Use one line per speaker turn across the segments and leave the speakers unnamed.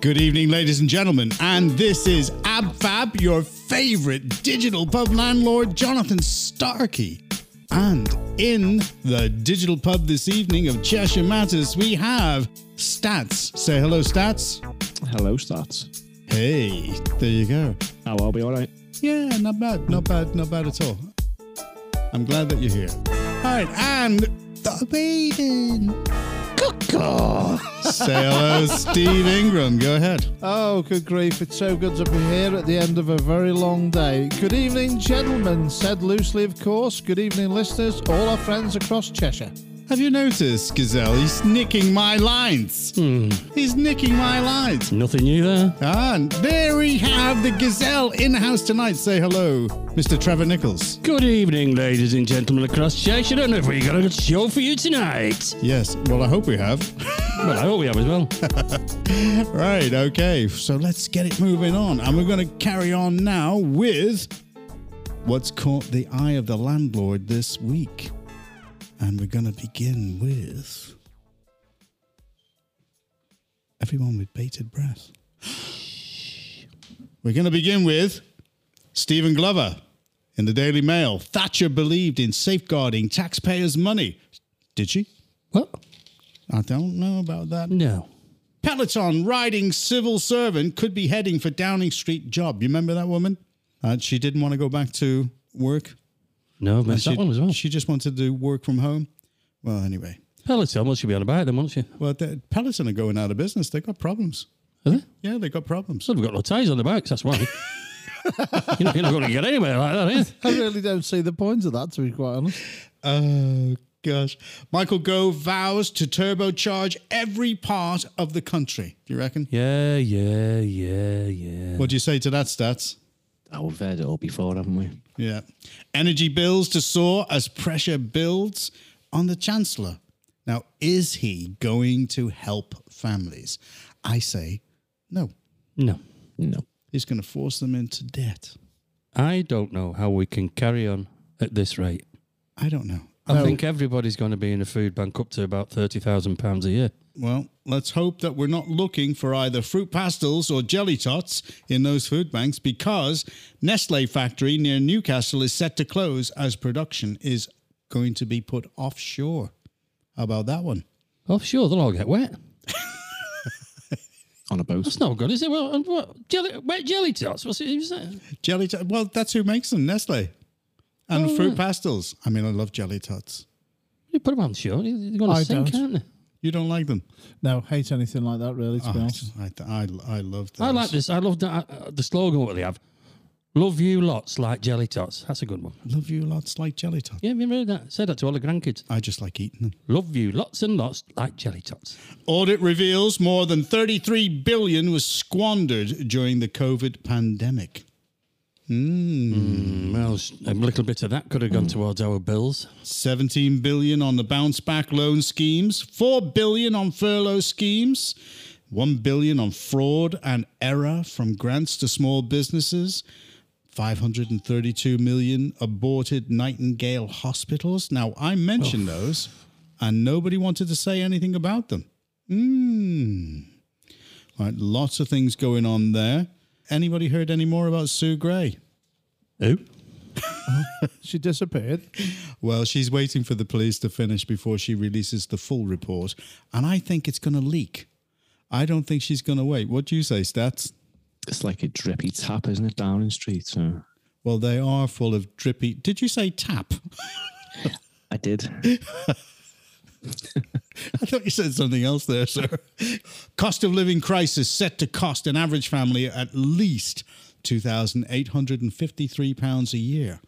Good evening, ladies and gentlemen, and this is AbFab, your favorite digital pub landlord, Jonathan Starkey. And in the digital pub this evening of Cheshire Matters, we have Stats. Say hello, Stats.
Hello, Stats.
Hey, there you go.
Oh, I'll be all right.
Yeah, not bad, not bad, not bad at all. I'm glad that you're here. All right, and the Raven. Say hello, Steve Ingram. Go ahead.
Oh, good grief. It's so good to be here at the end of a very long day. Good evening, gentlemen. Said loosely, of course. Good evening, listeners, all our friends across Cheshire.
Have you noticed, Gazelle? He's nicking my lines. He's nicking my lines.
Nothing new there.
And there we have the Gazelle in the house tonight. Say hello, Mr. Trevor Nichols.
Good evening, ladies and gentlemen across Cheshire, and have we got a good show for you tonight?
Yes, well, I hope we have.
Well, I hope we have as well.
right, okay. So let's get it moving on. And we're going to carry on now with what's caught the eye of the landlord this week. And we're going to begin with everyone with bated breath. We're going to begin with Stephen Glover in the Daily Mail. Thatcher believed in safeguarding taxpayers' money. Did she?
What?
I don't know about that.
No.
Peloton riding civil servant could be heading for Downing Street job. You remember that woman? Uh, she didn't want to go back to work.
No, I've missed
she,
that one as well.
She just wanted to work from home. Well, anyway.
Peloton, what should be on about then, won't she?
Well, the Peloton are going out of business. They've got problems.
Has it?
Yeah, they've got problems.
So we've got no ties on the bikes, that's why. you're not, you're not going to get anywhere like that, eh?
I really don't see the point of that, to be quite honest.
Oh, gosh. Michael Gove vows to turbocharge every part of the country. Do you reckon?
Yeah, yeah, yeah, yeah.
What do you say to that, Stats?
Oh, we've heard it all before, haven't we?
Yeah. Energy bills to soar as pressure builds on the Chancellor. Now, is he going to help families? I say no.
No.
No.
He's going to force them into debt.
I don't know how we can carry on at this rate.
I don't know.
I think everybody's going to be in a food bank up to about £30,000 a year.
Well, let's hope that we're not looking for either fruit pastels or jelly tots in those food banks because Nestle factory near Newcastle is set to close as production is going to be put offshore. How about that one?
Oh, sure, they'll all get wet.
On a boat.
It's not good, is it? Well, and what jelly, wet jelly tots? What's it? Is that?
Jelly tot. Well, that's who makes them, Nestle. And
Oh,
fruit pastels. I mean, I love jelly tots.
You put them on shore. They're going to
I
sink,
don't.
aren't they?
You don't like them?
No, hate anything like that, really,
Ah,
to be
I,
honest.
I, I, I love those.
I like this. I love that, uh, the slogan what they have. Love you lots like jelly tots. That's a good one.
Love you lots like jelly tots.
Yeah, remember that? Said that to all the grandkids.
I just like eating them.
Love you lots and lots like jelly tots.
Audit reveals more than 33 billion was squandered during the COVID pandemic.
Well, a little bit of that could have
Mm.
gone towards our bills.
17 billion on the bounce back loan schemes, 4 billion on furlough schemes, 1 billion on fraud and error from grants to small businesses, 532 million aborted Nightingale hospitals. Now, I mentioned those and nobody wanted to say anything about them. Mm. All right, lots of things going on there. Anybody heard any more about Sue Gray?
Who?
She disappeared.
Well, she's waiting for the police to finish before she releases the full report, and I think it's going to leak. I don't think she's going to wait. What do you say, Stats?
It's like a drippy tap, isn't it? Downing Street. So
Well, they are full of drippy. Did you say tap?
I did.
I thought you said something else there, sir. Cost of living crisis set to cost an average family at least £2,853 a year.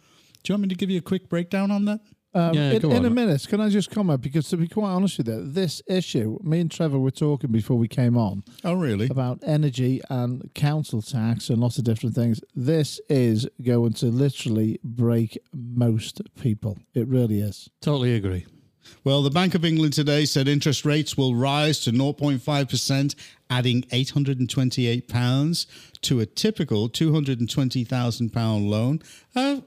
Do you want me to give you a quick breakdown on that?
Um,
Yeah,
in,
go
in a
on.
minute, can I just comment? Because to be quite honest with you, this issue, me and Trevor were talking before we came on
Oh, really?
about energy and council tax and lots of different things. This is going to literally break most people. It really is.
Totally agree.
Well, the Bank of England today said interest rates will rise to 0.5%, adding £828 to a typical £220,000 loan. Uh,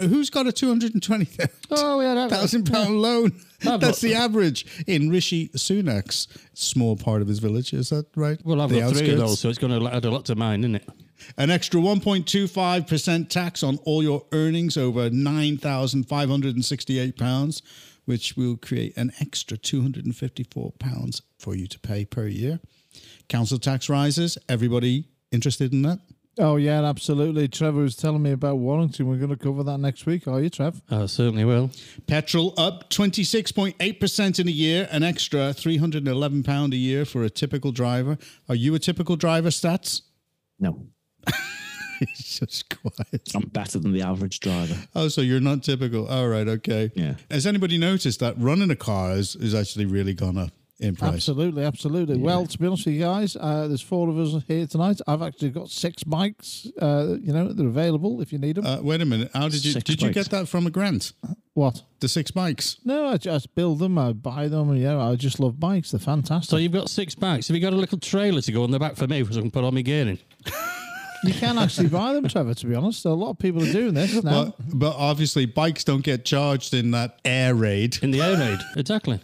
who's got a £220,000
Oh, yeah, that
loan?
I've
That's
got,
the average in Rishi Sunak's small part of his village. Is that right?
well, I've
the
got three of
outskirts?
those, so it's going to add a lot to mine, isn't it?
An extra 1.25% tax on all your earnings over £9,568, which will create an extra £254 for you to pay per year. Council tax rises. Everybody interested in that?
Oh yeah, absolutely. Trevor was telling me about Warrington. We're going to cover that next week, are you, Trev?
I Uh, certainly will.
Petrol up 26.8% in a year, an extra £311 a year for a typical driver. Are you a typical driver, Stats?
No,
It's just quiet.
I'm better than the average driver.
Oh, so you're not typical. All right, okay.
Yeah.
Has anybody noticed that running a car is, is actually really gone up in price?
Absolutely, absolutely. Well, to be honest with you guys, uh, there's four of us here tonight. I've actually got six mics. Uh, you know, they're available if you need them.
Uh, wait a minute. How did you
Six
did you
bikes.
get that from a grant?
what?
The six bikes.
No, I just build them. I buy them. You know, I just love bikes. They're fantastic.
So you've got six bikes. Have you got a little trailer to go on the back for me so I can put all my gear in?
You can actually buy them, Trevor. To be honest, a lot of people are doing this now.
But, Uh, but obviously, bikes don't get charged in that air raid
In the air raid. Exactly.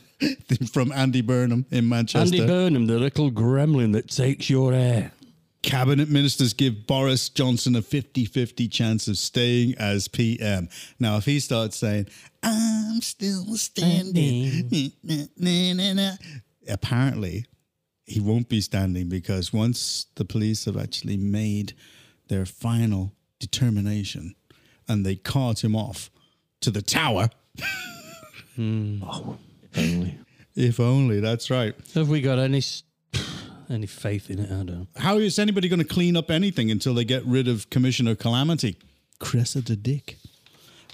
from Andy Burnham in Manchester.
Andy Burnham, the little gremlin that takes your air.
Cabinet ministers give Boris Johnson a 50 50 chance of staying as PM. Now, if he starts saying, I'm still standing, na, na, na, na," apparently he won't be standing because once the police have actually made their final determination and they cart him off to the tower,
Only.
if only that's right.
Have we got any s- any faith in it? I don't know.
How is anybody going to clean up anything until they get rid of Commissioner Calamity? Cressida Dick.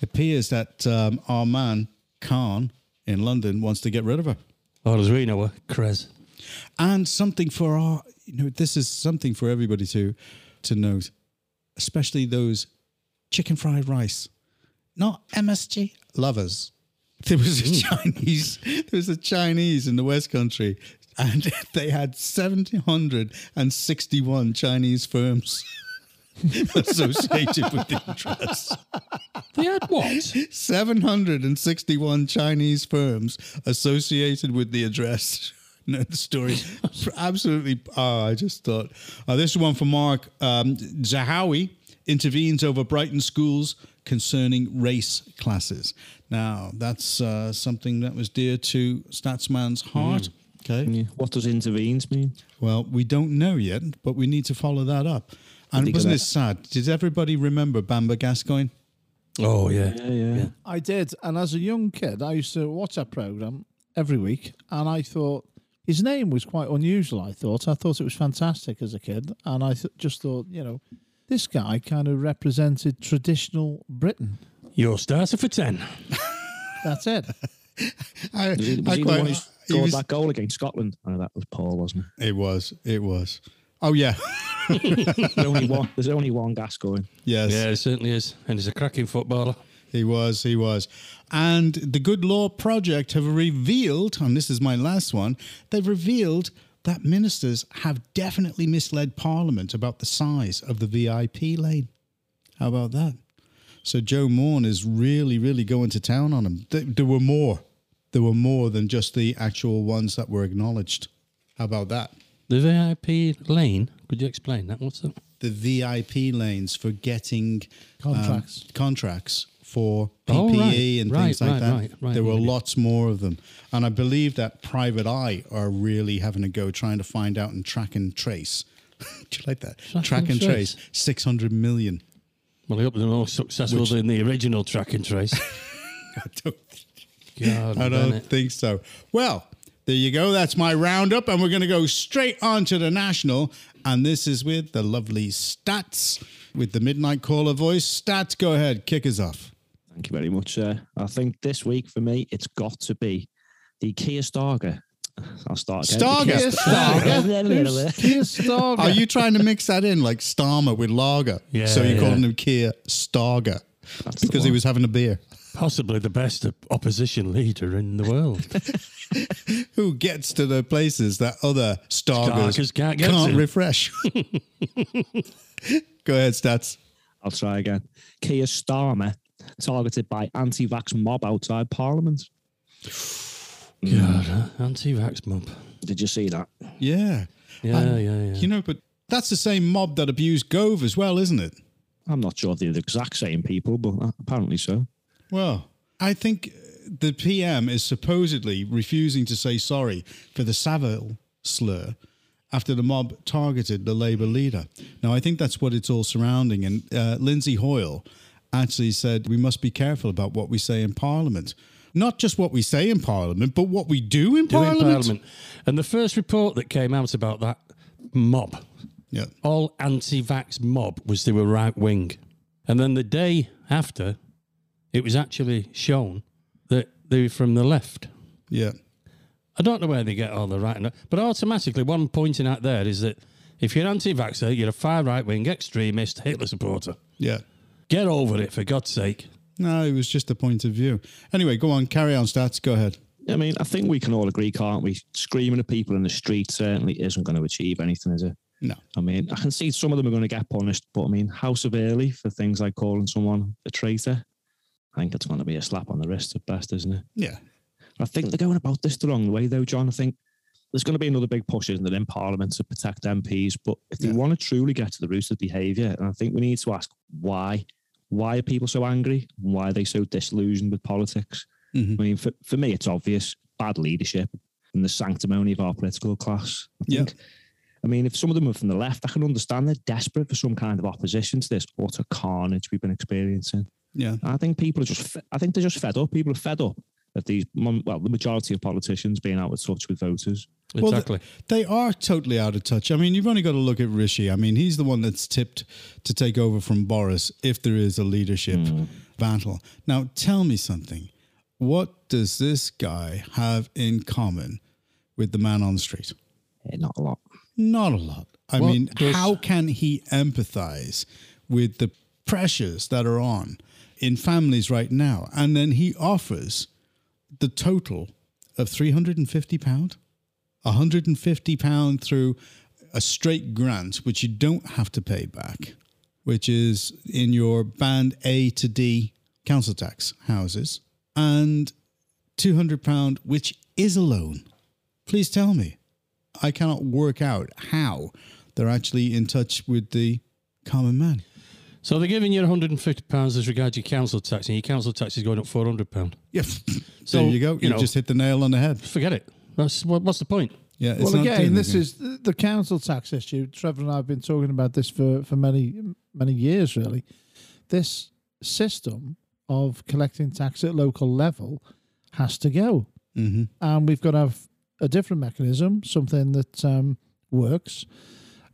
appears that um, our man, Khan, in London, wants to get rid of her.
Or as we know her, Krez.
And something for our, you know, this is something for everybody to, to note, especially those chicken fried rice, not MSG lovers. There was a Chinese, there was a Chinese in the West Country, and they had 761 Chinese firms associated with the interest.
They had what?
761 Chinese firms associated with the address. No, the story absolutely. Oh, I just thought. Uh, this one for Mark um, Zahawi intervenes over Brighton schools concerning race classes. Now, that's uh, something that was dear to Statsman's heart. Okay.
Yeah. What does intervenes mean?
Well, we don't know yet, but we need to follow that up. And
think
wasn't
about-
it sad? Did everybody remember Bamba Gascoigne?
Oh, yeah.
Yeah, yeah.
I did, and as a young kid, I used to watch that program every week, and I thought his name was quite unusual. I thought I thought it was fantastic as a kid, and I th- just thought, you know, this guy kind of represented traditional Britain.
Your starter for 10.
That's it.
I,
Was he, was
I
he
quite-
the one who
he
scored
was-
that goal against Scotland? Oh, that was Paul, wasn't it?
It was. It was. Oh yeah.
There's only one. There's only one Gascoigne.
yes.
Yeah, it certainly is. And he's a cracking footballer.
He was. He was. And the Good Law Project have revealed, and this is my last one. They've revealed that ministers have definitely misled Parliament about the size of the VIP lane. How about that? So Joe Morn is really, really going to town on him. Th- There were more. There were more than just the actual ones that were acknowledged. How about that?
The VIP lane, could you explain that? What's that?
the VIP lanes for getting um,
Contracts.
contracts for PPE
Oh, right.
and
Right,
things like
right,
that.
right, right,
there were
yeah, yeah.
lots more of them, and I believe that Private Eye are really having a go trying to find out and track and trace. Do you like that? Track,
and
and trace.
trace.
Six hundred million.
Well, I hope they're more successful than the original track and trace. uh,
I don't,
God,
I
damn
don't
it.
think so. Well, there you go. That's my roundup, and we're going to go straight on to the national. And this is with the lovely Stats with the midnight caller voice. Stats, go ahead, kick us off.
Thank you very much. Uh, I think this week for me, it's got to be the Kia Starger. I'll start again.
Starger.
The Kia
Keir Starger. Who's Keir Starger?
Are you trying to mix that in like Starmer with lager?
Yeah,
so you're
yeah.
calling him Keir Starger
That's the
because he
one.
was having a beer.
Possibly the best op- opposition leader in the world.
Who gets to the places that other Stargers
Stargers can't get to.
refresh? Go ahead, stats.
I'll try again. Keir Starmer targeted by anti-vax mob outside Parliament.
Hmm. God, uh, anti-vax mob.
Did you see that?
Yeah.
Yeah,
And,
yeah, yeah.
You know, but that's the same mob that abused Gove as well, isn't it?
I'm not sure they're the exact same people, but uh, apparently so.
Well, I think the PM is supposedly refusing to say sorry for the Savile slur after the mob targeted the Labour leader. Now, I think that's what it's all surrounding. And uh, Lindsay Hoyle actually said we must be careful about what we say in Parliament. Not just what we say in Parliament, but what we do in,
Doing
Parliament.
Parliament. And the first report that came out about that mob,
Yeah.
all anti-vax mob, was they were right wing. And then the day after, it was actually shown that they were from the left.
Yeah.
I don't know where they get all the right, and- but automatically, one pointing out there is that if you're anti-vaxxer, you're a far right-wing extremist, Hitler supporter.
Yeah.
Get over it, for God's sake.
No, it was just a point of view. Anyway, go on, carry on, stats. Go ahead.
I mean, I think we can all agree, can't we? Screaming at people in the street certainly isn't going to achieve anything, is it?
No.
I mean, I can see some of them are going to get punished, but I mean, how severely for things like calling someone a traitor? I think it's going to be a slap on the wrist at best, isn't it?
Yeah. Hmm.
I think they're going about this the wrong way, though, John. I think there's going to be another big push, isn't there, in Parliament to protect MPs. But if they
Yeah.
want to truly get to the root of behaviour, and I think we need to ask why. Why are people so angry? Why are they so disillusioned with politics?
Mhm.
I mean, for, for me, it's obvious bad leadership and the sanctimony of our political class. I
Yeah.
think. I mean, if some of them are from the left, I can understand they're desperate for some kind of opposition to this utter carnage we've been experiencing.
Yeah.
I think people are just, fe- I think they're just fed up. People are fed up at these, mon- well, the majority of politicians being out of touch with voters.
Well, th-
Exactly.
they are totally out of touch. I mean, you've only got to look at Rishi. I mean, he's the one that's tipped to take over from Boris if there is a leadership battle. Now, tell me something. What does this guy have in common with the man on the street?
Eh, not a lot.
Not a lot. I
Well,
mean,
there's-
how can he empathize with the pressures that are on in families right now? And then he offers the total of £350, £150 through a straight grant, which you don't have to pay back, which is in your band A to D council tax houses, and £200, which is a loan. Please tell me. I cannot work out how they're actually in touch with the common man.
So they're giving you 150 pounds as regards your council tax, and your council tax is going up 400 pound.
Yeah.
So,
there you go. You,
you know-
just hit the nail on the head.
Forget it. That's what, what's the point?
Yeah. It's
well,
not doing
again, this
anything.
is the the council tax issue. Trevor and I have been talking about this for, for many many years, really. This system of collecting tax at local level has to go,
Mhm.
and Um, we've got to have a different mechanism, something that um, works.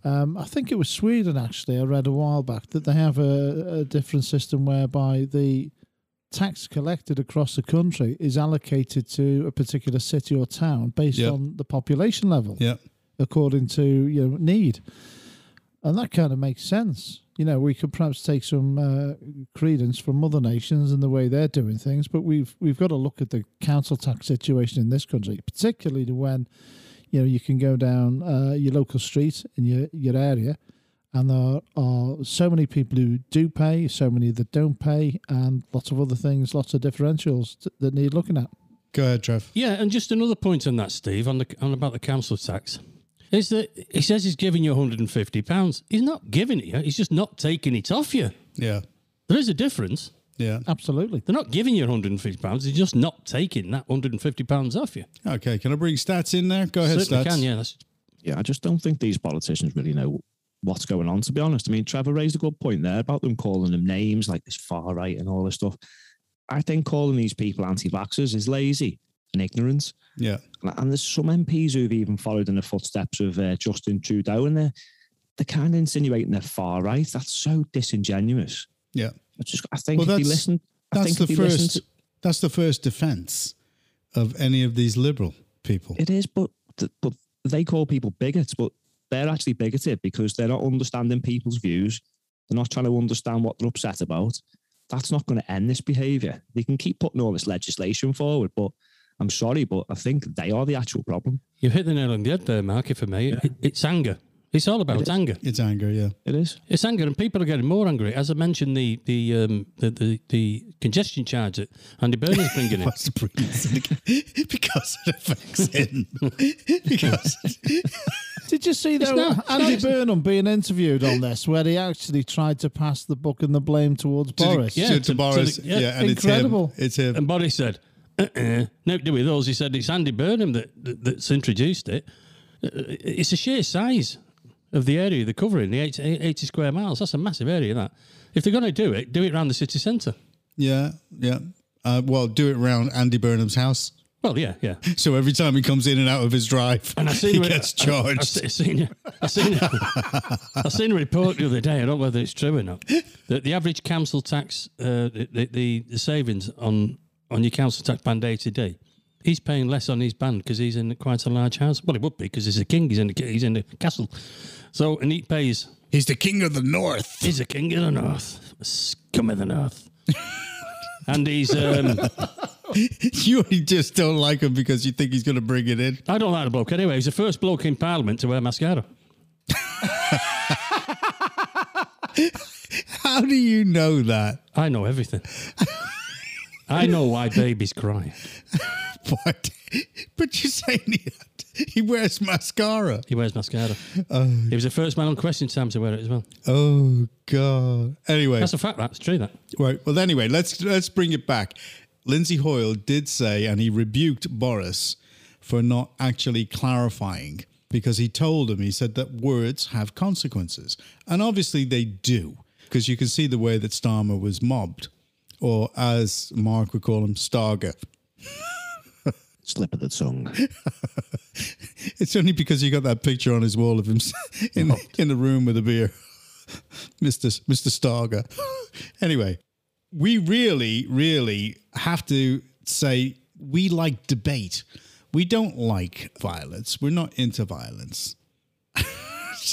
Um, I think it was Sweden actually. I read a while back that they have a, a different system whereby the tax collected across the country is allocated to a particular city or town based
Yeah.
on the population level
Yeah.
according to you know need, and that kind of makes sense. You know, we could perhaps take some uh, credence from other nations and the way they're doing things, but we've we've got to look at the council tax situation in this country, particularly when you know you can go down uh, your local street in your your area. And there are so many people who do pay, so many that don't pay, and lots of other things, lots of differentials t- that need looking at.
Go ahead, Trev.
Yeah, and just another point on that, Steve, on the on about the council tax, is that he says he's giving you 150 pounds. He's not giving it you. He's just not taking it off you.
Yeah.
There is a difference.
Yeah.
Absolutely.
They're not giving you 150 pounds. They're just not taking that 150 pounds off you.
Okay. Can I bring stats in there? Go ahead,
Certainly
stats.
can. Yeah, Oh, that's
Yeah, I just don't think these politicians really know what's going on, to be honest. I mean, Trevor raised a good point there about them calling them names like this far right and all this stuff. I think calling these people anti vaxxers is lazy and ignorance.
Yeah.
and there's some MPs who've even followed in the footsteps of uh, Justin Trudeau, and they're they're kind of insinuating they're far right. That's so disingenuous.
Yeah.
I just I think
Well,
if
that's-
you listen, I
That's
think
the
if you listen
first. That's the first defense of any of these liberal people.
to- it is, but th- but they call people bigots, but they're actually bigoted because they're not understanding people's views. They're not trying to understand what they're upset about. That's not going to end this behaviour. They can keep putting all this legislation forward, but I'm sorry, but I think they are the actual problem.
you hit the nail on the head there, Mark. If I may, It- it's anger. It's all about anger.
It's anger, yeah.
It is.
It's anger, and people are getting more angry. As I mentioned, the the um, the, the, the congestion charge that Andy Byrne is bringing in.
What's the reason? because it affects him. because
Did you see though
not- it's
Andy
not-
Burnham being interviewed on this, where he actually tried to pass the buck and the blame towards Boris?
yeah,
yeah,
to,
to- to
Boris,
the-
yeah,
yeah,
and
incredible.
it's him. It's him.
And Boris said, uh-uh, no do with those. He said, it's Andy Burnham that, that, that's introduced it. Uh, It's the sheer size of the area they're covering, the 80, 80 square miles. That's a massive area, that. If they're going to do it, do it around the city centre.
Yeah, yeah. Uh, well, do it round Andy Burnham's house.
Well, yeah, yeah.
So every time he comes in and out of his drive,
And I seen
he
her-
gets
I- I,
charged.
se- seen, I, seen, I seen a report the other day. I don't know whether it's true or not. That the average council tax, uh, the, the- the the savings on on your council tax band A to D, he's paying less on his band because he's in quite a large house. Well, he would be because he's a king. He's in the, he's in the castle. So and he pays.
He's the king of the north.
He's a king of the north, scum of the north. And he's, um,
you just don't like him because you think he's going to bring it in.
I don't like the bloke anyway. He's the first bloke in Parliament to wear mascara.
How do you know that?
I know everything. I know why babies cry.
But, but you're saying he, he wears mascara.
He wears mascara. he was the first man on Question Time to wear it as well.
Oh God. Anyway,
That's a fact. That's true. That
Right. Well, anyway, let's let's bring it back. Lindsay Hoyle did say, and he rebuked Boris for not actually clarifying because he told him he said that words have consequences, and obviously they do because you can see the way that Starmer was mobbed, or as Mark would call him, Starger.
Slip of the tongue.
It's only because he got that picture on his wall of him in
Oh.
in the room with a beer, Mister Mister Starger. anyway, we really, really have to say we like debate. We don't like violence. We're not into violence.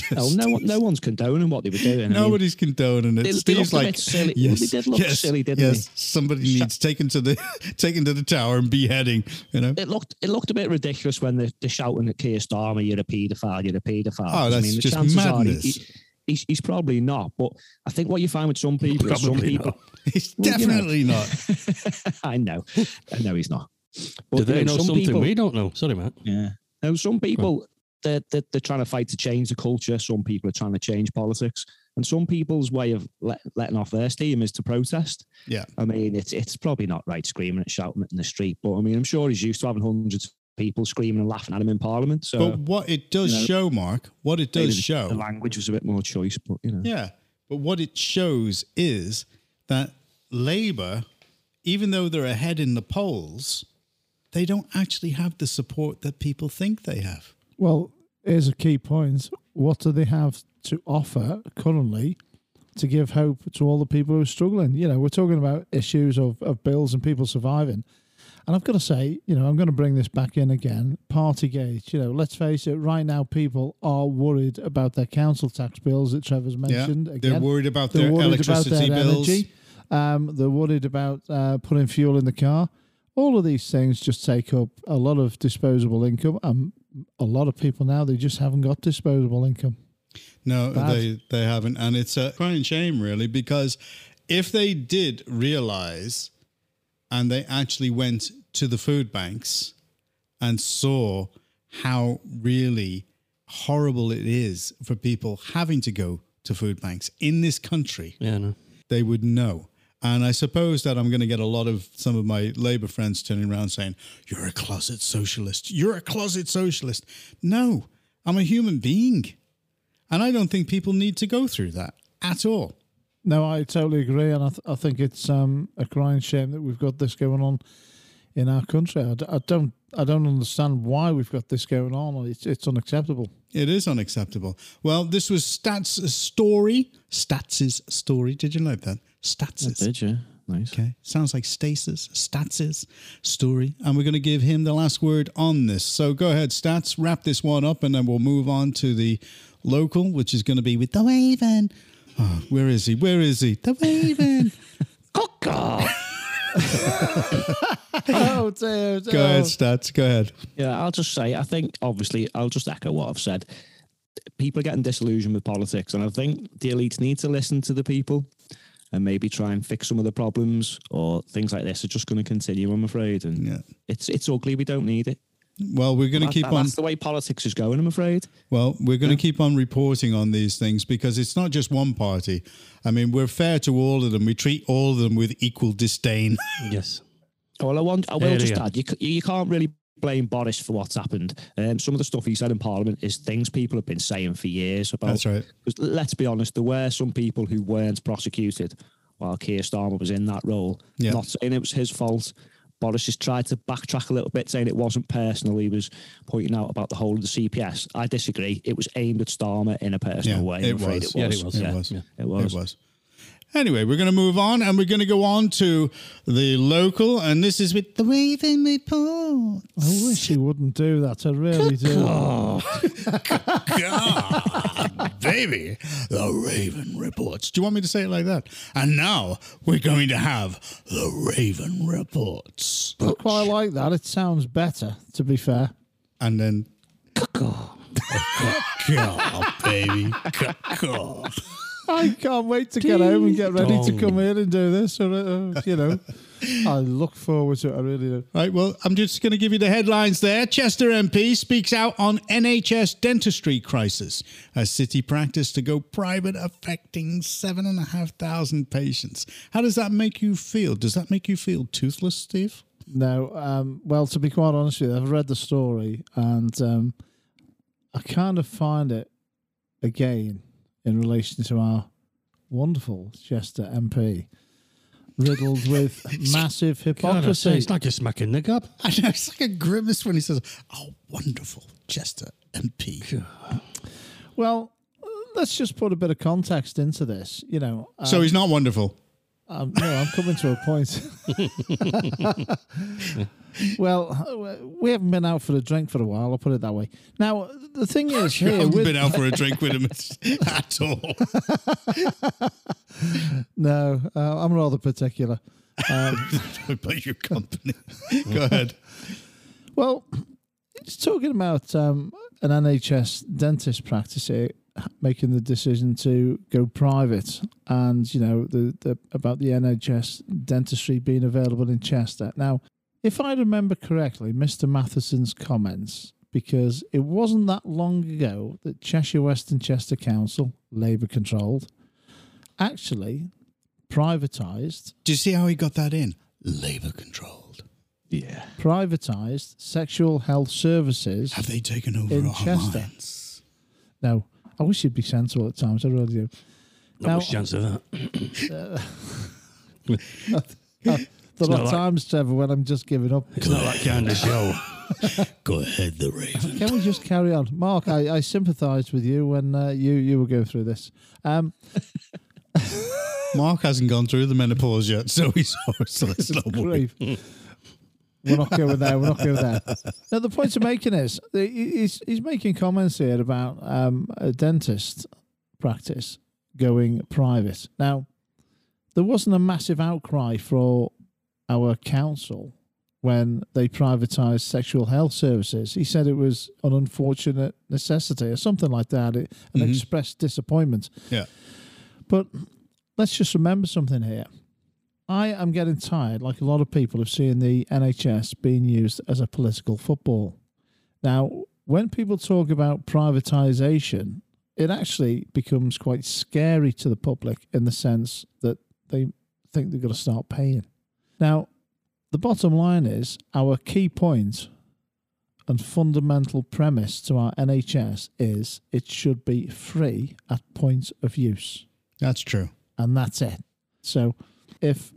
No, Oh, no, one- no one's condoning what they were doing. I mean,
Nobody's condoning it.
They- they
Steve's
looked a
like,
bit silly.
yes,
They did look
yes,
silly, didn't
yes. Somebody needs taken to the taken to the tower and beheading. You know,
it looked it looked a bit ridiculous when they're, they're shouting at Keir Starmer, "You're a paedophile, you're a paedophile."
Oh, that's just madness.
Are he, he- he's, he's probably not, but I think what you find with some people, is some
Probably
people,
he's
Well, you know.
definitely not.
I know, I know he's not. But,
do
you
they know something
people,
we don't know? Sorry, Matt.
Yeah. Now, some people they're, they're they're trying to fight to change the culture. Some people are trying to change politics, and some people's way of let, letting off their steam is to protest.
Yeah.
I mean, it's it's probably not right screaming and shouting it in the street, but I mean, I'm sure he's used to having hundreds of people screaming and laughing at him in Parliament. So
But what it does
you know,
show, Mark, what it
Uh, maybe
does
the-
show
the language was a bit more choice, but you know,
Yeah. But what it shows is that Labour, even though they're ahead in the polls, they don't actually have the support that people think they have.
Well, here's a key point. What do they have to offer currently to give hope to all the people who are struggling? You know, we're talking about issues of, of bills and people surviving. And I've got to say, you know, I'm going to bring this back in again. Partygate, you know, let's face it, right now people are worried about their council tax bills that Trevor's mentioned.
They're
again.
worried about
They're
their
worried
electricity
about their
bills.
energy. Um, they're worried about uh, putting fuel in the car. All of these things just take up a lot of disposable income, and a lot of people now they just haven't got disposable income.
No,
Bad.
they they haven't, and it's a crying shame, really, because if they did realize, and they actually went to the food banks, and saw how really horrible it is for people having to go to food banks in this country,
Yeah, no.
they would know. And I suppose that I'm going to get a lot of some of my Labour friends turning around saying, You're a closet socialist. You're a closet socialist. No, I'm a human being. And I don't think people need to go through that at all.
No, I totally agree, and I, th- I think it's um, a crying shame that we've got this going on in our country. I, d- I don't, I don't understand why we've got this going on. It's, it's unacceptable.
It is unacceptable. Well, this was Stats' story. Stats' story. Did you like that? Stats'.
did you? Nice.
Okay. Sounds like stasis, Stats' story. And we're going to give him the last word on this. So go ahead, stats, wrap this one up, and then we'll move on to the local, which is going to be with the Raven. Oh, where is he? Where is he? The Raven.
oh dear!
go ahead, stats. Go ahead.
Yeah, I'll just say, I think obviously, I'll just echo what I've said. people are getting disillusioned with politics, and I think the elites need to listen to the people and maybe try and fix some of the problems or things like this are just going to continue. I'm afraid, and
Yeah.
it's it's ugly. We don't need it.
Well, we're going to
That-
keep
that-
on.
That's the way politics is going. I'm afraid.
Well, we're going to keep on reporting on these things because it's not just one party. I mean, we're fair to all of them. We treat all of them with equal disdain.
Yes.
Well, I want. I will
There you
just
go.
add. You, c- you can't really blame Boris for what's happened. Um, some of the stuff he said in Parliament is things people have been saying for years about.
That's right.
'Cause let's be honest, there were some people who weren't prosecuted while Keir Starmer was in that role.
Yeah.
Not saying it was his fault. Boris has tried to backtrack a little bit, saying it wasn't personal. He was pointing out about the whole of the CPS. I disagree. It was aimed at Starmer in a personal
Yeah,
way. I'm
it
afraid
was.
It
Yeah,
was.
it was.
It was.
It was.
It was. Anyway, we're going to move on and we're going to go on to the local. And this is with the Raven Report.
I wish he wouldn't do that. I really do.
God, baby, the Raven Reports. Do you want me to say it like that? And now we're going to have the Raven Reports.
I quite like that. It sounds better, to be fair.
And then. God, baby. God.
I can't wait to get home and get ready to
dong.
come here and do this. Or, uh, you know, I look forward to it. I really do.
Right, well, I'm just going to give you the headlines there. Chester MP speaks out on NHS dentistry crisis as city practice to go private affecting 7,500 patients. How does that make you feel? Does that make you feel toothless, Steve?
No, um, well, to be quite honest with you, I've read the story and um, I kind of find it again in relation to our wonderful Chester MP riddled with massive
God, I say,
hypocrisy.
it's like a smack in the gob.
I know, it's like a grimace when he says, oh, wonderful, Chester MP.
Well, let's just put a bit of context into this. You know, um,
So he's not wonderful.
Um, no, I'm coming to a point. well, uh, we haven't been out for a drink for a while. I'll put it that way. Now, the thing is,
I
here
haven't
with,
been out for a drink with him at all.
no, uh, I'm rather particular.
but your company. Go ahead.
Well, it's talking about um, an NHS dentist practice here making the decision to go private, and you know the, the about the NHS dentistry being available in Chester. Now, if I remember correctly, Mr. Matheson's comments. Because it wasn't that long ago that Cheshire West and Chester Council, Labour controlled, actually privatised
Do you see how he got that in? Labour controlled.
Yeah.
privatised sexual health services
Have they taken over
In
our
Chester.
minds?
No, I wish you'd be sensible at times. I really do.
Not
Now-
much chance of that.
There
not
are
like-
times, Trevor, when I'm just giving up.
It's not that kind of show.
Go ahead, the Raven.
Can we just carry on, Mark? I, I sympathised with you when uh, you you were going through this. Um,
Mark hasn't gone through the menopause yet, so he's so let's not worry.
grief. We're not going there. We're not going there. Now, the point I'm making is that he- he's he's making comments here about um, a dentist practice going private. Now, there wasn't a massive outcry for our council when they privatised sexual health services. He said it was an unfortunate necessity or something like that, it- and expressed disappointment.
Yeah.
But let's just remember something here. I am getting tired, like a lot of people, of seeing the NHS being used as a political football. Now, when people talk about privatisation, it actually becomes quite scary to the public in the sense that they think they're going to start paying. Now, the bottom line is our key point and fundamental premise to our NHS is it should be free at point of use
That's true.
and that's it. So if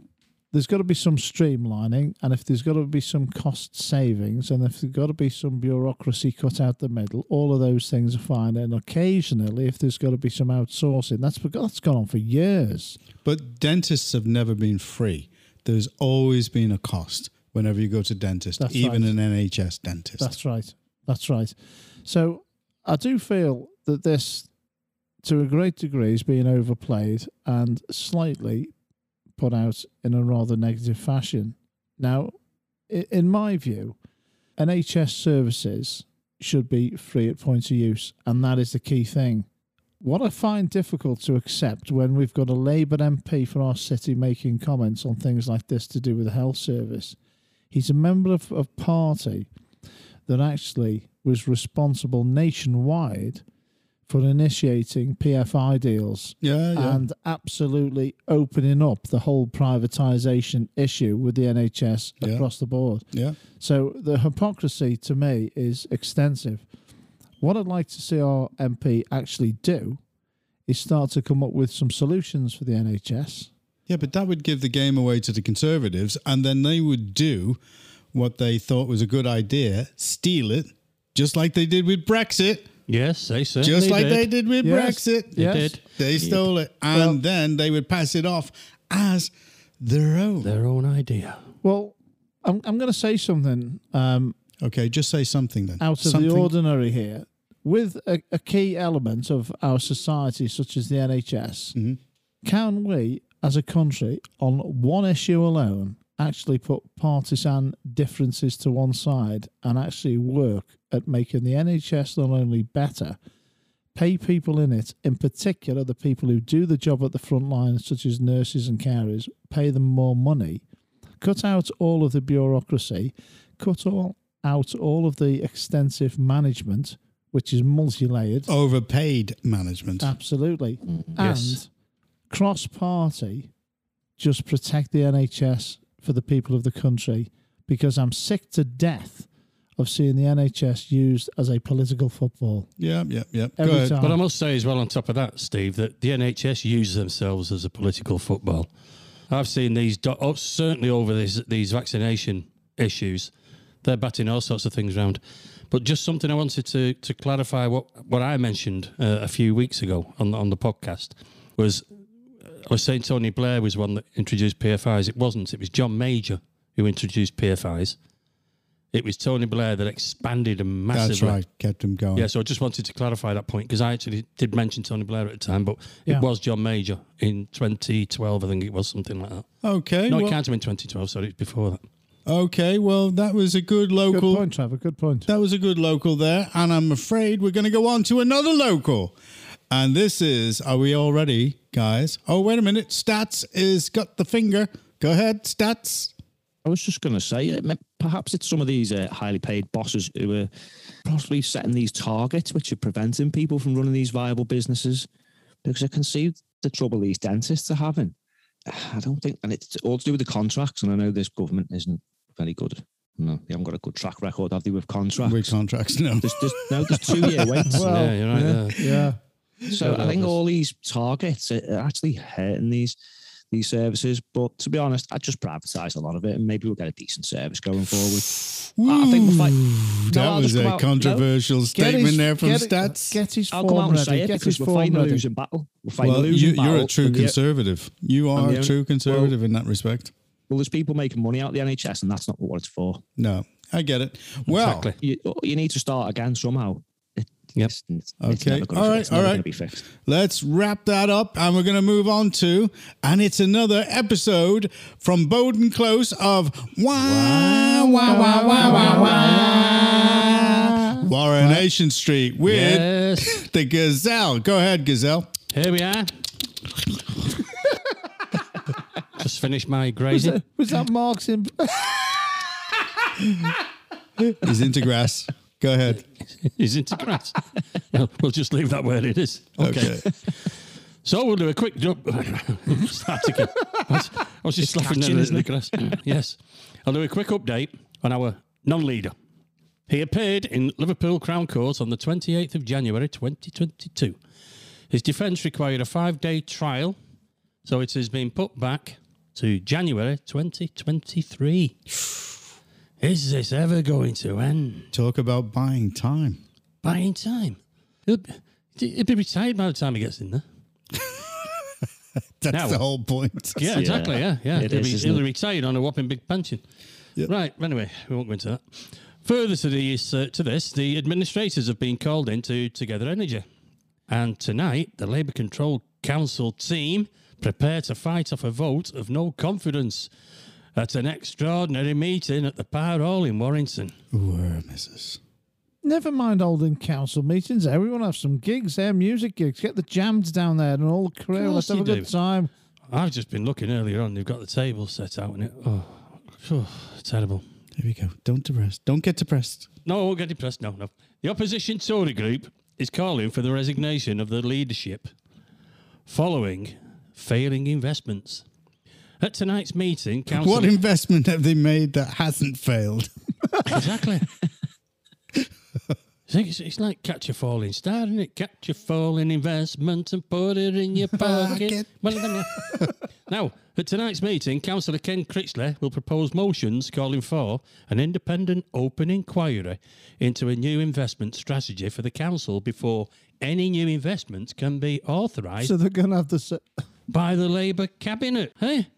there's got to be some streamlining and if there's got to be some cost savings and if there's got to be some bureaucracy cut out the middle, all of those things are fine. And occasionally, if there's got to be some outsourcing, that's that's gone on for years.
But dentists have never been free. There's always been a cost whenever you go to dentist,
That's
even
right.
an NHS dentist.
That's right. That's right. So I do feel that this, to a great degree, is being overplayed and slightly put out in a rather negative fashion. Now, i- in my view, NHS services should be free at point of use. And that is the key thing. What I find difficult to accept when we've got a Labour MP for our city making comments on things like this to do with the health service, he's a member of a party that actually was responsible nationwide for initiating PFI deals
Yeah, yeah.
and absolutely opening up the whole privatisation issue with the NHS
Yeah.
across the board.
yeah.
So the hypocrisy to me is extensive. What I'd like to see our MP actually do is start to come up with some solutions for the NHS.
Yeah, but that would give the game away to the Conservatives, and then they would do what they thought was a good idea steal it, just like they did with Brexit,
Yes, they certainly
just like
did.
they did with
Yes.
Brexit.
Yes.
did.
They stole it, and
Well-
then they would pass it off as their own.
Their own idea.
Well, I'm, I'm going to say something um,
Okay, just say something then.
out of
something.
the ordinary here. With a, a key element of our society, such as the NHS, can we, as a country, on one issue alone, actually put partisan differences to one side and actually work at making the NHS not only better, pay people in it, in particular the people who do the job at the front line, such as nurses and carers, pay them more money, cut out all of the bureaucracy, cut all out all of the extensive management, which is multi layered.
Oh, Overpaid management.
Ah. Absolutely.
Mm-hmm.
yes.
And cross party, just protect the NHS for the people of the country because I'm sick to death of seeing the NHS used as a political football.
yeah, yeah, yeah. Go
Every
ahead.
time.
But I must say as well on top of that, Steve, that the NHS use themselves as a political football. I've seen these do- oh, certainly over these these vaccination issues. They're batting all sorts of things around. But just something I wanted to to clarify what what I mentioned uh, a few weeks ago on the- on the podcast was I was saying Tony Blair was one that introduced PFIs. It wasn't. It was John Major who introduced PFIs. It was Tony Blair that expanded them massively.
That's right. Kept them going.
Yeah, so I just wanted to clarify that point because I actually did mention Tony Blair at the time, but
Yeah.
it was John Major in 2012, I think it was something like that.
Okay.
No, I
well,
can't have in 2012, sorry, it's before that.
okay. Well, that was a good
Good
local.
point, Trevor. Good point.
That was a good local there, and I'm afraid we're going to go on to another local. And this is, are we all ready, guys? Oh, wait a minute. Stats is got the finger. Go ahead, Stats.
I was just going to say, uh, ma- perhaps it's some of these uh, highly paid bosses who are possibly setting these targets, which are preventing people from running these viable businesses. Because I can see the trouble these dentists are having. I don't think, and it's all to do with the contracts. And I know this government isn't very good. No, they haven't got a good track record, have they, with contracts?
With contracts, no.
There's, there's, no, there's two year waits.
Well,
yeah, you're right
yeah.
there.
Yeah.
So I think
Service.
all these targets are are actually hurting these these services. But to be honest, I just privatise a lot of it, and maybe we'll get a decent service going forward. I think we'll fight.
that was a controversial statement there from
get,
Stats.
Get his
I'll come out
form
and
ready.
say it
Get his
because we're fighting
form
a
ready.
losing battle. We're fighting
well,
a losing
you,
battle.
you're a true
and the-
conservative. You are
the
a
only-
true conservative in that respect.
well, there's people making money out of the NHS, and that's not what it's for.
No, I get it. Well,
Exactly.
You, you need to start again somehow. It,
Yep.
it's, it's
Okay.
never gonna-
All right,
It's
all
never
right.
going to be fixed.
Let's wrap that up and we're going to move on to, and it's another episode from Bowden Close of Wah, Wah, Wah, Wah, Wah, Wah, Warrenation Street with
Yes,
the Gazelle. Go ahead, Gazelle.
here we are. just finished my
Was
grazing.
that, was that Mark's in?
He's into grass. Go ahead.
He's into grass. No, we'll just leave that where it is.
Okay.
So we'll do a quick jump. Start again. I was, I was just laughing
catching,
at the,
isn't
the grass. Yes. I'll do a quick update on our non leader. He appeared in Liverpool Crown Court on the 28th of January 2022. His defence required a five day trial, so it has been put back to January 2023. Is this ever going to end?
Talk about buying time.
Buying time. He'll be, he'll be retired by the time he gets in there.
That's
Now-
the whole point.
Yeah, exactly. Yeah, yeah.
It
He'll,
is,
be,
isn't
he'll
it?
be retired on a whopping big pension. Right. well, Anyway, we won't go into that. Further to these, uh, to this, the administrators have been called in to Together Energy, and tonight the Labour Control Council team prepare to fight off a vote of no confidence at an extraordinary meeting at the Power Hall in Warrington.
Ooh, missus.
Never mind holding council meetings. Everyone have some gigs there, music gigs. Get the jams down there and all the crew.
Of
Let's
course
have a
you
good
do.
time.
I've just been looking earlier on. They've got the table set out, and it oh, phew, terrible.
There we go. Don't depress. Don't get depressed.
No, I won't get depressed. No, no. The opposition Tory group is calling for the resignation of the leadership following failing investments. At tonight's meeting, council
What investment have they made that hasn't failed?
exactly. See, It's, it's like catch a falling star, isn't it? Catch a falling investment and put it in your
Pocket.
pocket. Well, then, uh, now, at tonight's meeting, Councillor Ken Critchley will propose motions calling for an independent open inquiry into a new investment strategy for the council before any new investments can be authorised
So they're going to have the. se-
by the Labour cabinet. Hey,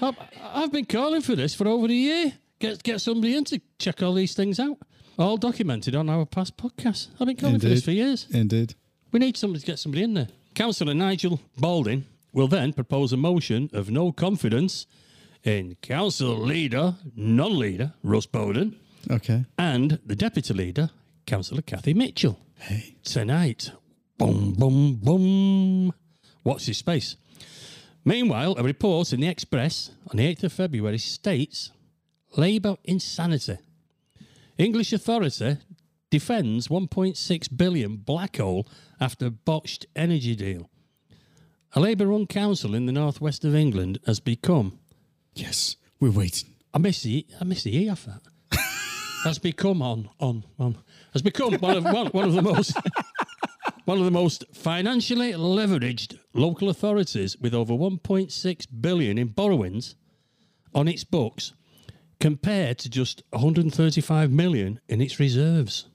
I've, I've been calling for this for over a year. Get get somebody in to check all these things out. All documented on our past podcasts. I've been calling for this
Indeed.
for years.
Indeed.
We need somebody to get somebody in there. Councillor Nigel Balding will then propose a motion of no confidence in Council Leader, non-leader Russ Bowden,
Okay.
and the Deputy Leader, Councillor Kathy Mitchell.
Hey.
Tonight. Boom, boom, boom. Watch this space. Meanwhile, a report in the Express on the 8th of February states Labour insanity. English authority defends 1.6 billion black hole after botched energy deal. A Labour run council in the northwest of England has become
Yes. We're waiting.
I miss the I miss the E off that. Has become on on on has become one of one, one of the most one of the most financially leveraged local authorities with over 1.6 billion in borrowings on its books compared to just 135 million in its reserves.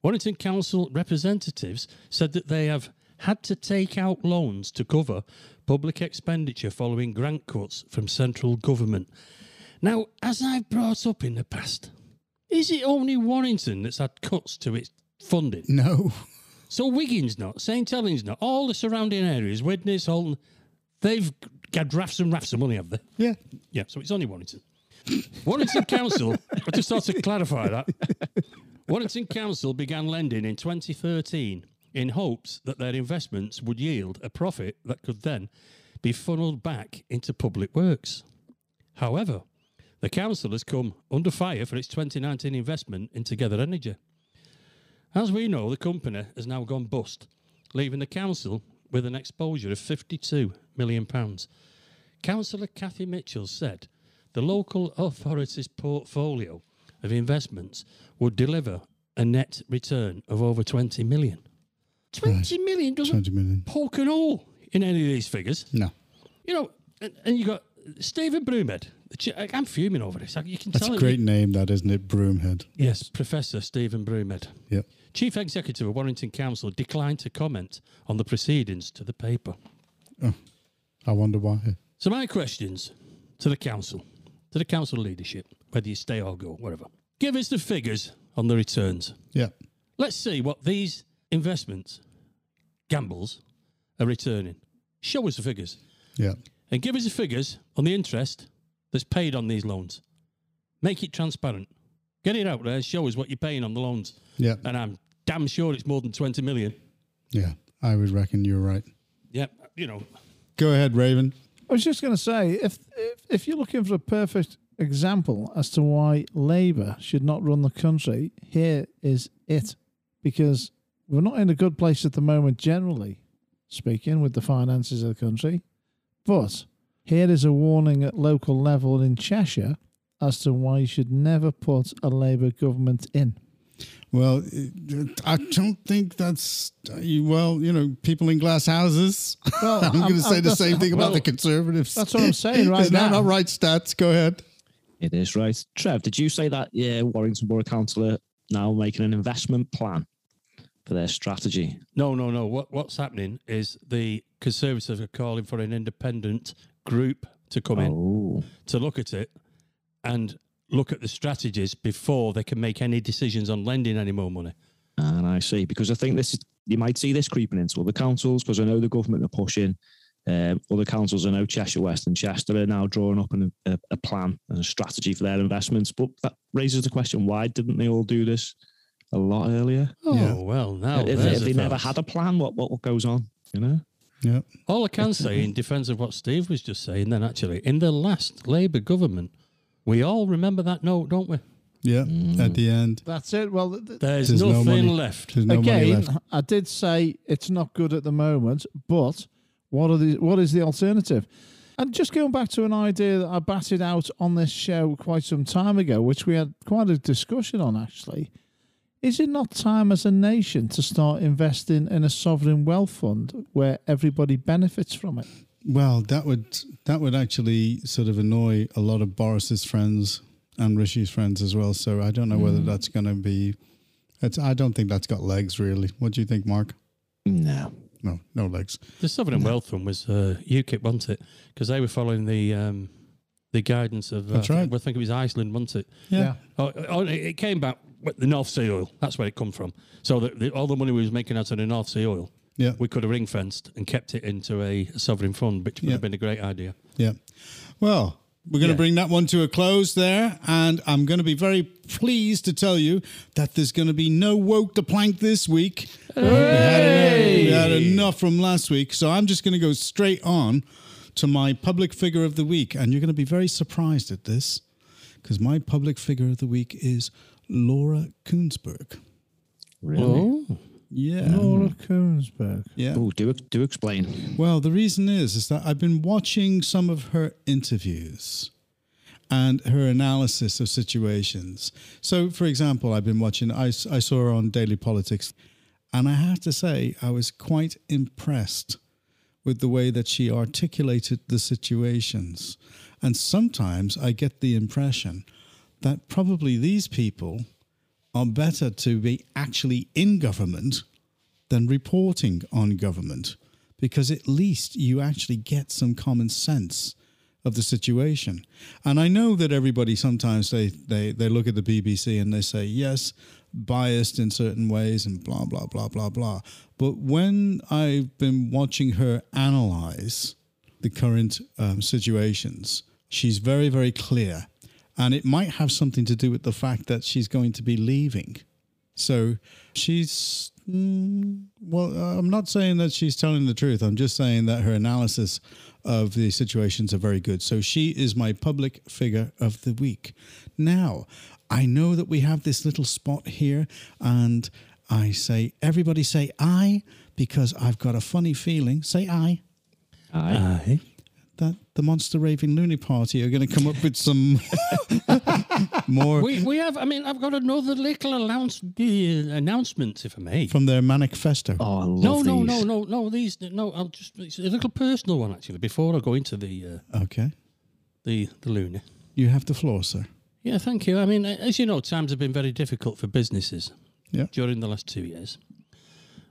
Warrington Council representatives said that they have had to take out loans to cover public expenditure following grant cuts from central government. Now, as I've brought up in the past, is it only Warrington that's had cuts to its funding?
No.
So Wiggins not, St Helens not, all the surrounding areas, Widnes, Holton, they've got rafts and rafts of money, have they?
Yeah.
Yeah, so it's only Warrington. Warrington Council, I just thought to clarify that. Warrington Council began lending in 2013 in hopes that their investments would yield a profit that could then be funneled back into public works. However, the council has come under fire for its 2019 investment in Together Energy. As we know, the company has now gone bust, leaving the council with an exposure of £52 million. Councillor Kathy Mitchell said the local authority's portfolio of investments would deliver a net return of over 20 million. 20 million doesn't
20 million.
poke an hole in any of these figures
No.
you know, and, and you got Stephen Broomhead. The ch- I- I'm fuming over this. Like, You can
That's
tell.
a
it-
great name, that, isn't it? Broomhead.
yes, Professor Stephen Broomhead,
Yep.
chief executive of Warrington Council, declined to comment on the proceedings to the paper.
I wonder why.
So my questions to the council, to the council leadership, whether you stay or go, whatever. Give us the figures on the returns.
Yeah.
Let's see what these investments, gambles, are returning. Show us the figures.
Yeah.
and give us the figures on the interest that's paid on these loans. Make it transparent. Get it out there and show us what you're paying on the loans.
Yeah.
And I'm damn sure it's more than 20 million.
Yeah. I would reckon you're right.
Yep, you know.
Go ahead, Raven.
I was just going to say, if, if if you're looking for a perfect example as to why Labour should not run the country, here is it, because we're not in a good place at the moment, generally speaking, with the finances of the country. But here is a warning at local level in Cheshire as to why you should never put a Labour government in.
Well, it- I don't think that's you- well. You know, people in glass houses.
Well,
I'm, going to say the
that's-
same thing about the
well,
conservatives.
That's what I'm saying right
Is that
now.
not right stats? Go ahead.
It is right. Trev, did you say that? Yeah, Warrington Borough Council now making an investment plan for their strategy.
No, no, no. What, what's happening is the Conservatives are calling for an independent group to come in
Oh,
to look at it and look at the strategies before they can make any decisions on lending any more money.
and I see. Because I think this is, you might see this creeping into other councils because I know the government are pushing. Um, other councils, I know Cheshire West and Chester are now drawing up an, a, a plan and a strategy for their investments. But that raises the question: Why didn't they all do this a lot earlier.
Oh
Yeah.
well, now
if
there's
if
a
they never
fact.
had a plan, what, what what goes on? You know,
Yeah.
All I can say in defence of what Steve was just saying, then actually, in the last Labour government, we all remember that note, don't we?
Yeah.
Mm.
At the end,
That's it. Well, th- th-
There's,
There's no
nothing
money.
left.
there's no money
again,
left.
I did say it's not good at the moment, but what are the what is the alternative? And just going back to an idea that I batted out on this show quite some time ago, which we had quite a discussion on actually, is it not time as a nation to start investing in a sovereign wealth fund where everybody benefits from it?
Well, that would that would actually sort of annoy a lot of Boris's friends and Rishi's friends as well. So I don't know whether
Mm.
that's going to be. It's, I don't think that's got legs really. What do you think, Mark?
no.
No, no legs.
The Sovereign Wealth Fund was uh, UKIP, wasn't it? Because they were following the um, the guidance of. Uh,
That's
I
right.
think, I think it was Iceland, wasn't it?
Yeah.
Oh, oh, it it came back with the North Sea oil. That's where it come from. So the, the, all the money we was making out of the North Sea oil,
Yeah.
we could have ring fenced and kept it into a sovereign fund, which would
Yeah.
have been a great idea.
Yeah. Well, we're going to
Yeah.
bring that one to a close there. And I'm going to be very pleased to tell you that there's going to be no woke the plank this week. We, had enough, we had enough from last week. So I'm just going to go straight on to my public figure of the week. And you're going to be very surprised at this because my public figure of the week is Laura Koonsberg.
Really?
Yeah.
Laura Koonsberg.
Yeah.
Oh, do do explain.
Well, the reason is is that I've been watching some of her interviews and her analysis of situations. So, for example, I've been watching I, s- I saw her on Daily Politics and I have to say I was quite impressed with the way that she articulated the situations. And sometimes I get the impression that probably these people are better to be actually in government than reporting on government because at least you actually get some common sense of the situation. And I know that everybody sometimes they, they, they look at the BBC and they say, yes, biased in certain ways and blah, blah, blah, blah, blah. But when I've been watching her analyze the current um, situations, she's very, very clear. And it might have something to do with the fact that she's going to be leaving. So she's mm, well. uh, I'm not saying that she's telling the truth. I'm just saying that her analysis of the situations are very good. So she is my public figure of the week. Now, I know that we have this little spot here, and I say everybody say I because I've got a funny feeling. Say I
Aye.
Aye.
that the monster raving loony party are going to come up with some more
We, we have, I mean, I've got another little announce, uh, announcement, if I may.
from their manifesto.
Oh, I love
no, no,
these.
no, no, no, these, no, I'll just, it's a little personal one, actually, before I go into the, uh,
Okay,
the, the Luna.
you have the floor, sir.
Yeah, thank you. I mean, as you know, times have been very difficult for businesses
Yeah.
during the last two years.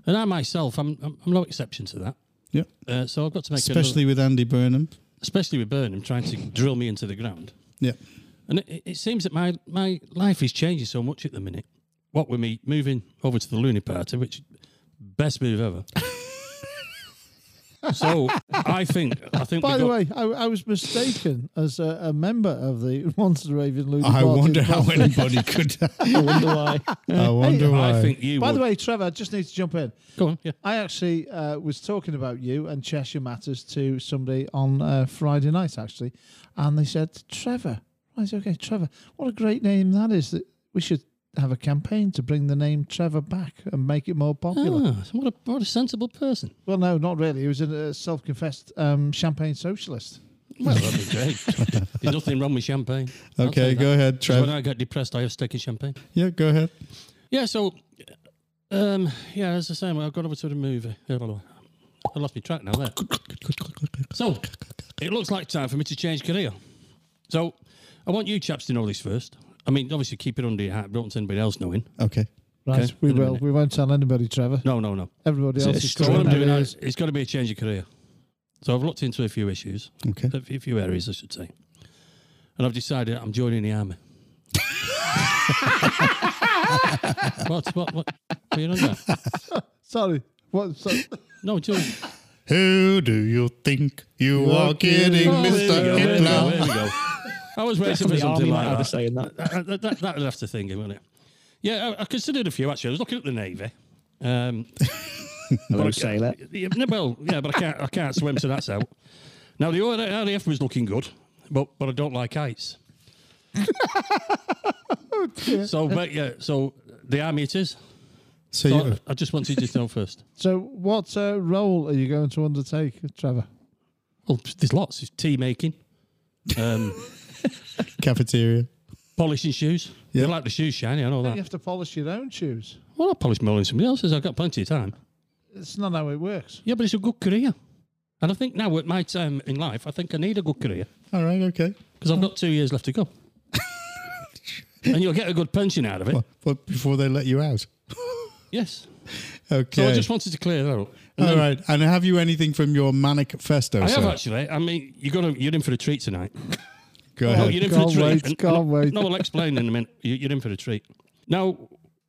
And I myself, I'm, I'm, I'm no exception to that.
Yeah.
Uh, so I've got to make another-
Especially with Andy Burnham.
especially with Burnham trying to drill me into the ground.
Yeah.
And it, it seems that my, my life is changing so much at the minute. What with me moving over to the Looney Party, which best move ever. so I think I think.
By
we
the
got-
way, I, I was mistaken as a, a member of the Monster Raven Loony
I
Party
wonder how
Club.
anybody could.
I wonder why.
I wonder why.
I think you.
By the
would-
way, Trevor, I just need to jump in.
go on. Yeah.
I actually uh, was talking about you and Cheshire Matters to somebody on uh, Friday night, actually, and they said, Trevor. I said, okay, Trevor, what a great name that is. That We should have a campaign to bring the name Trevor back and make it more popular.
Ah, so what a what a sensible person.
Well, no, not really. He was a self confessed um, champagne socialist.
Well, that'd be great. There's nothing wrong with champagne. I'll
Okay,
take that.
go ahead,
'Cause When
Trev.
I get depressed, I have steak and champagne.
Yeah, go ahead.
Yeah, so, um, yeah, as I say, I've gone over to the movie. Yeah, blah, blah. I lost my track now there. So, it looks like time for me to change career. So, I want you chaps to know this first. I mean, obviously, keep it under your hat. Don't want anybody else knowing.
Okay.
Right,
Okay.
we
Wait a
will.
minute.
We won't tell anybody, Trevor.
No, no, no.
Everybody
Is it
else
a
is
straw
So, what I'm
Trevor.
doing now is it's got to be a change of career. So, I've looked into a few issues,
Okay.
a few- few areas, I should say. And I've decided I'm joining the army. what? What? What? Are you on that?
Sorry. What, so,
No, join.
Who do you think you are kidding,
Oh, there we
Mr.
go, there we go,
Hitler?
there we go. I was waiting for
The army
something
might
like
have a
that.
say in that.
That, that, that, that's the thing, isn't it? Yeah, I, I considered a few actually. I was looking at the navy. Um,
Hello, sailor.
yeah, no, well, yeah, but I can't. I can't swim, so that's out. Now the RAF was looking good, but but I don't like heights. so, but yeah, so the army it is.
So,
So
you,
I, I just wanted you to know first.
So, what uh, role are you going to undertake, Trevor?
Well, there's lots. There's tea making, um,
cafeteria.
polishing shoes. You
Yeah.
like the shoes shiny. I know
You
that.
have to polish your own shoes.
Well, I polish more than somebody else's. I've got plenty of time.
It's not how it works.
Yeah, but it's a good career. And I think now at my time in life, I think I need a good career
All right, okay.
because I've got two years left to go. and you'll get a good pension out of it.
But, but before they let you out.
Yes.
Okay.
So I just wanted to clear that up. And
All
then-
right. And have you anything from your manifesto?
I
sir?
have actually. I mean, you're gonna you're in for a treat tonight.
Go
Oh,
ahead.
you're in
Can't
for a treat.
wait, can't
no,
wait.
No, I'll explain in a minute. You- You're in for a treat. Now,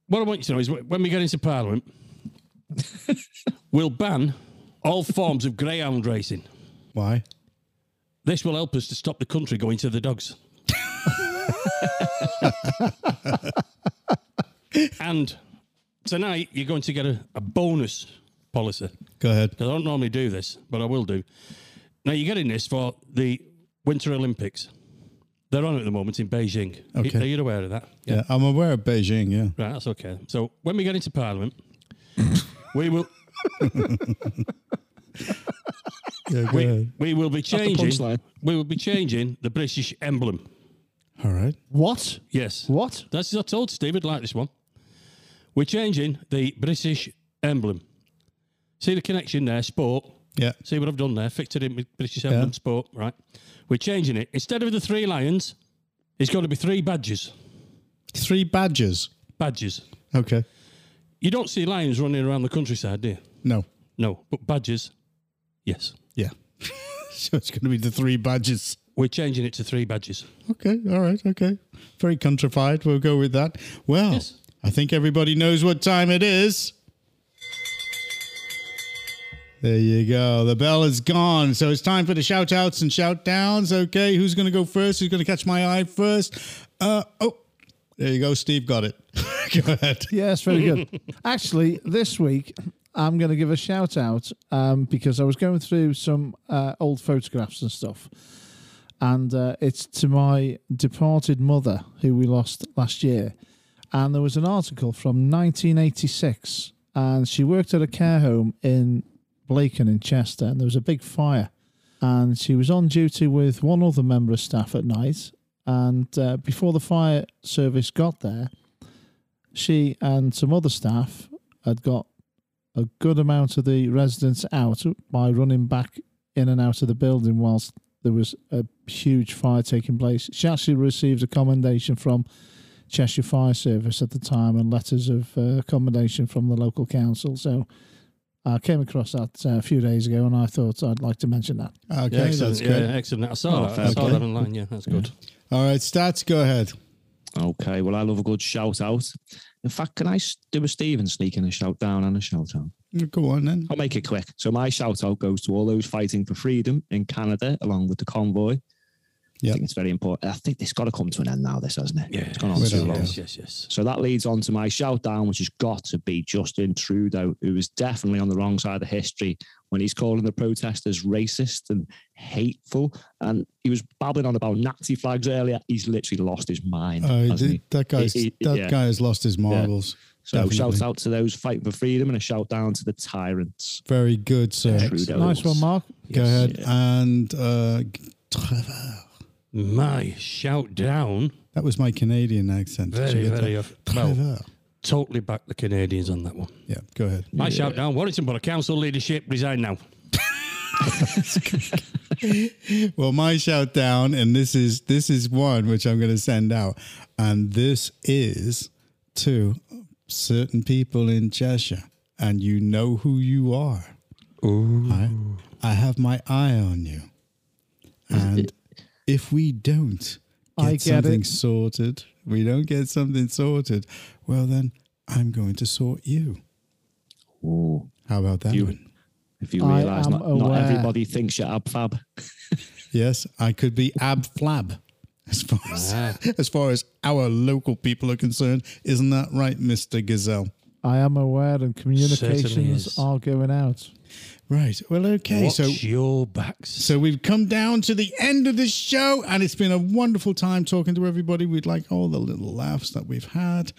what I want you to know is wh- when we get into Parliament, we'll ban all forms of greyhound racing.
Why?
This will help us to stop the country going to the dogs. and tonight, you're going to get a, a bonus policy.
Go ahead.
'Cause I don't normally do this, but I will do. Now, you're getting this for the Winter Olympics. They're on at the moment in Beijing.
Okay.
Are you aware of that?
Yeah. I'm aware of Beijing. Yeah.
Right, that's okay. So when we get into Parliament, we will
Yeah. Go
we,
ahead.
we will be
the
changing
punchline.
we will be changing the British emblem.
All right.
What?
Yes.
What?
That's I told Steve would like this one. We're changing the British emblem. See the connection there, sport.
Yeah.
See what I've done there? Fixed it in with British emblem, sport, right? We're changing it. Instead of the three lions, it's going to be three badges.
Three badges.
Badges.
Okay.
You don't see lions running around the countryside, do you?
No.
No, but badges, yes.
Yeah. so it's going to be the three badges.
We're changing it to three badges.
Okay. All right. Okay. Very countrified. We'll go with that. Well,
Yes.
I think everybody knows what time it is. There you go. The bell is gone. So it's time for the shout outs and shout downs. Okay. Who's going to go first? Who's going to catch my eye first? Uh, oh, there you go. Steve got it. go ahead.
Yes, very good. Actually, this week I'm going to give a shout out um, because I was going through some uh, old photographs and stuff, and uh, it's to my departed mother who we lost last year, and there was an article from 1986, and she worked at a care home in Blaken in Chester, and there was a big fire, and she was on duty with one other member of staff at night. And uh, before the fire service got there, she and some other staff had got a good amount of the residents out by running back in and out of the building whilst there was a huge fire taking place. She actually received a commendation from Cheshire Fire Service at the time and letters of uh, commendation from the local council. So I came across that uh, a few days ago and I thought I'd like to mention that.
Okay.
Yeah,
that's
excellent.
good.
Yeah, excellent. I saw
Oh,
that.
fair
I saw
play.
that online. Yeah, that's good.
All right. Stats, go ahead.
Okay, well, I love a good shout out. In fact, can I s- do a Steven sneak in a shout down and a shout out?
Go on then.
I'll make it quick. So my shout out goes to all those fighting for freedom in Canada, along with the convoy.
Yeah.
I think it's very important. I think it's got to come to an end now. This hasn't it?
Yeah.
it's gone on
Without
too
a
long.
doubt.
Yes, yes, yes.
So that leads on to my shout down, which has got to be Justin Trudeau, who is definitely on the wrong side of history when he's calling the protesters racist and hateful. And he was babbling on about Nazi flags earlier. He's literally lost his mind.
Oh,
Uh,
hasn't
th-
he?
that guy's,
It- it-
that
yeah.
guy has lost his marbles.
So
Definitely.
shout out to those fighting for freedom and a shout down to the tyrants.
Very good, sir.
Trudeau.
Nice one, Mark.
Go ahead. And uh, Trevor.
My shout down.
That was my Canadian accent. Did
Very,
you get
very
that?
off. Well,
Trevor.
totally back the Canadians on that one.
Yeah, go ahead.
My shout down. Warrington Borough Council leadership resign now.
Well, my shout down, and this is this is one which I'm going to send out, and this is to certain people in Cheshire, and you know who you are. I, I have my eye on you, and if we don't get,
I get
something
it.
sorted, we don't get something sorted. Well, then I'm going to sort you.
Ooh.
How about that?
You-
one?
If you
I
realise
am
not, not
aware.
everybody thinks you're ab fab.
Yes, I could be ab flab. as far as, as far as our local people are concerned. Isn't that right, Mister Gazelle?
I am aware, and
is.
communications are going out.
Right. Well, okay.
Watch
so
your backs.
So we've come down to the end of this show, and it's been a wonderful time talking to everybody. We'd like all the little laughs that we've had.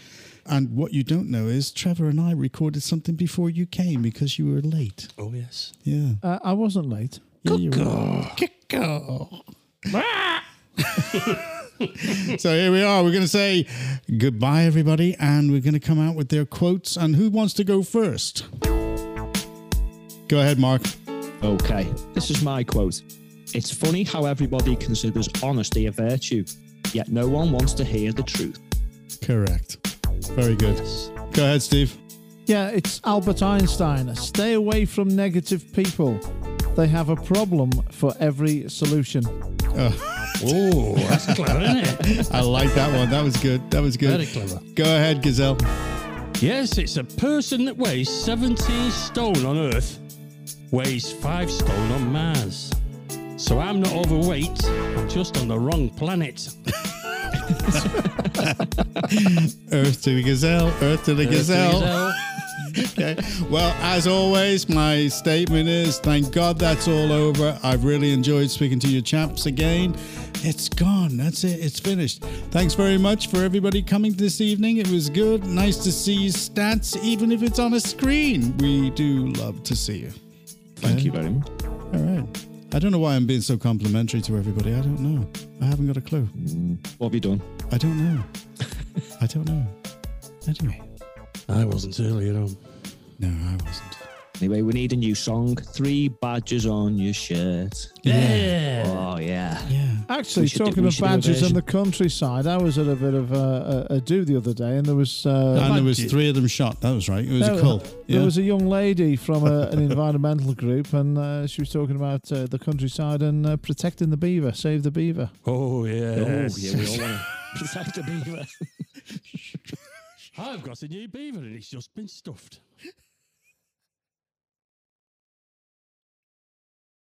And what you don't know is Trevor and I recorded something before you came because you were late.
Oh yes.
Yeah.
Uh, I wasn't late.
yeah you were. Cuckoo. so here we are. We're going to say goodbye, everybody, and we're going to come out with their quotes. And who wants to go first? Go ahead, Mark.
Okay, this is my quote. It's funny how everybody considers honesty a virtue, yet no one wants to hear the truth.
Correct. Very good. Go ahead, Steve.
Yeah, it's Albert Einstein. Stay away from negative people. They have a problem for every solution.
Oh, that's clever, isn't it?
I like that one. That was good. That was good.
Very clever.
Go ahead, Gazelle.
Yes, it's a person that weighs 17 stone on Earth, weighs 5 stone on Mars. So I'm not overweight, I'm just on the wrong planet.
Earth to the Gazelle. Earth to the Gazelle.
Gazelle.
Okay. Well, as always, my statement is thank God that's all over. I've really enjoyed speaking to you chaps again. It's gone. That's it. It's finished. Thanks very much for everybody coming this evening. It was good. Nice to see your stats, even if it's on a screen. We do love to see you.
Thank you very much.
All right. I don't know why I'm being so complimentary to everybody. I don't know. I haven't got a clue.
What have you done?
I don't know. I don't know. I don't know.
I wasn't earlier on.
No, I wasn't.
Anyway, we need a new song. Three badges on your shirt.
Yeah.
Oh, yeah.
Yeah.
Actually,
We should do-
talking
we
of
should do a
badges in
version.
the countryside, I was at a bit of a, a, a do the other day, and there was uh,
And there was
you.
three of them shot. That was right. It was
No,
a cull. Yeah.
There was a young lady from a, an environmental group, and uh, she was talking about uh, the countryside and uh, protecting the beaver, save the beaver.
Oh, yes.
Oh, yeah, we all want to protect the beaver.
I've got a new beaver and it's just been stuffed.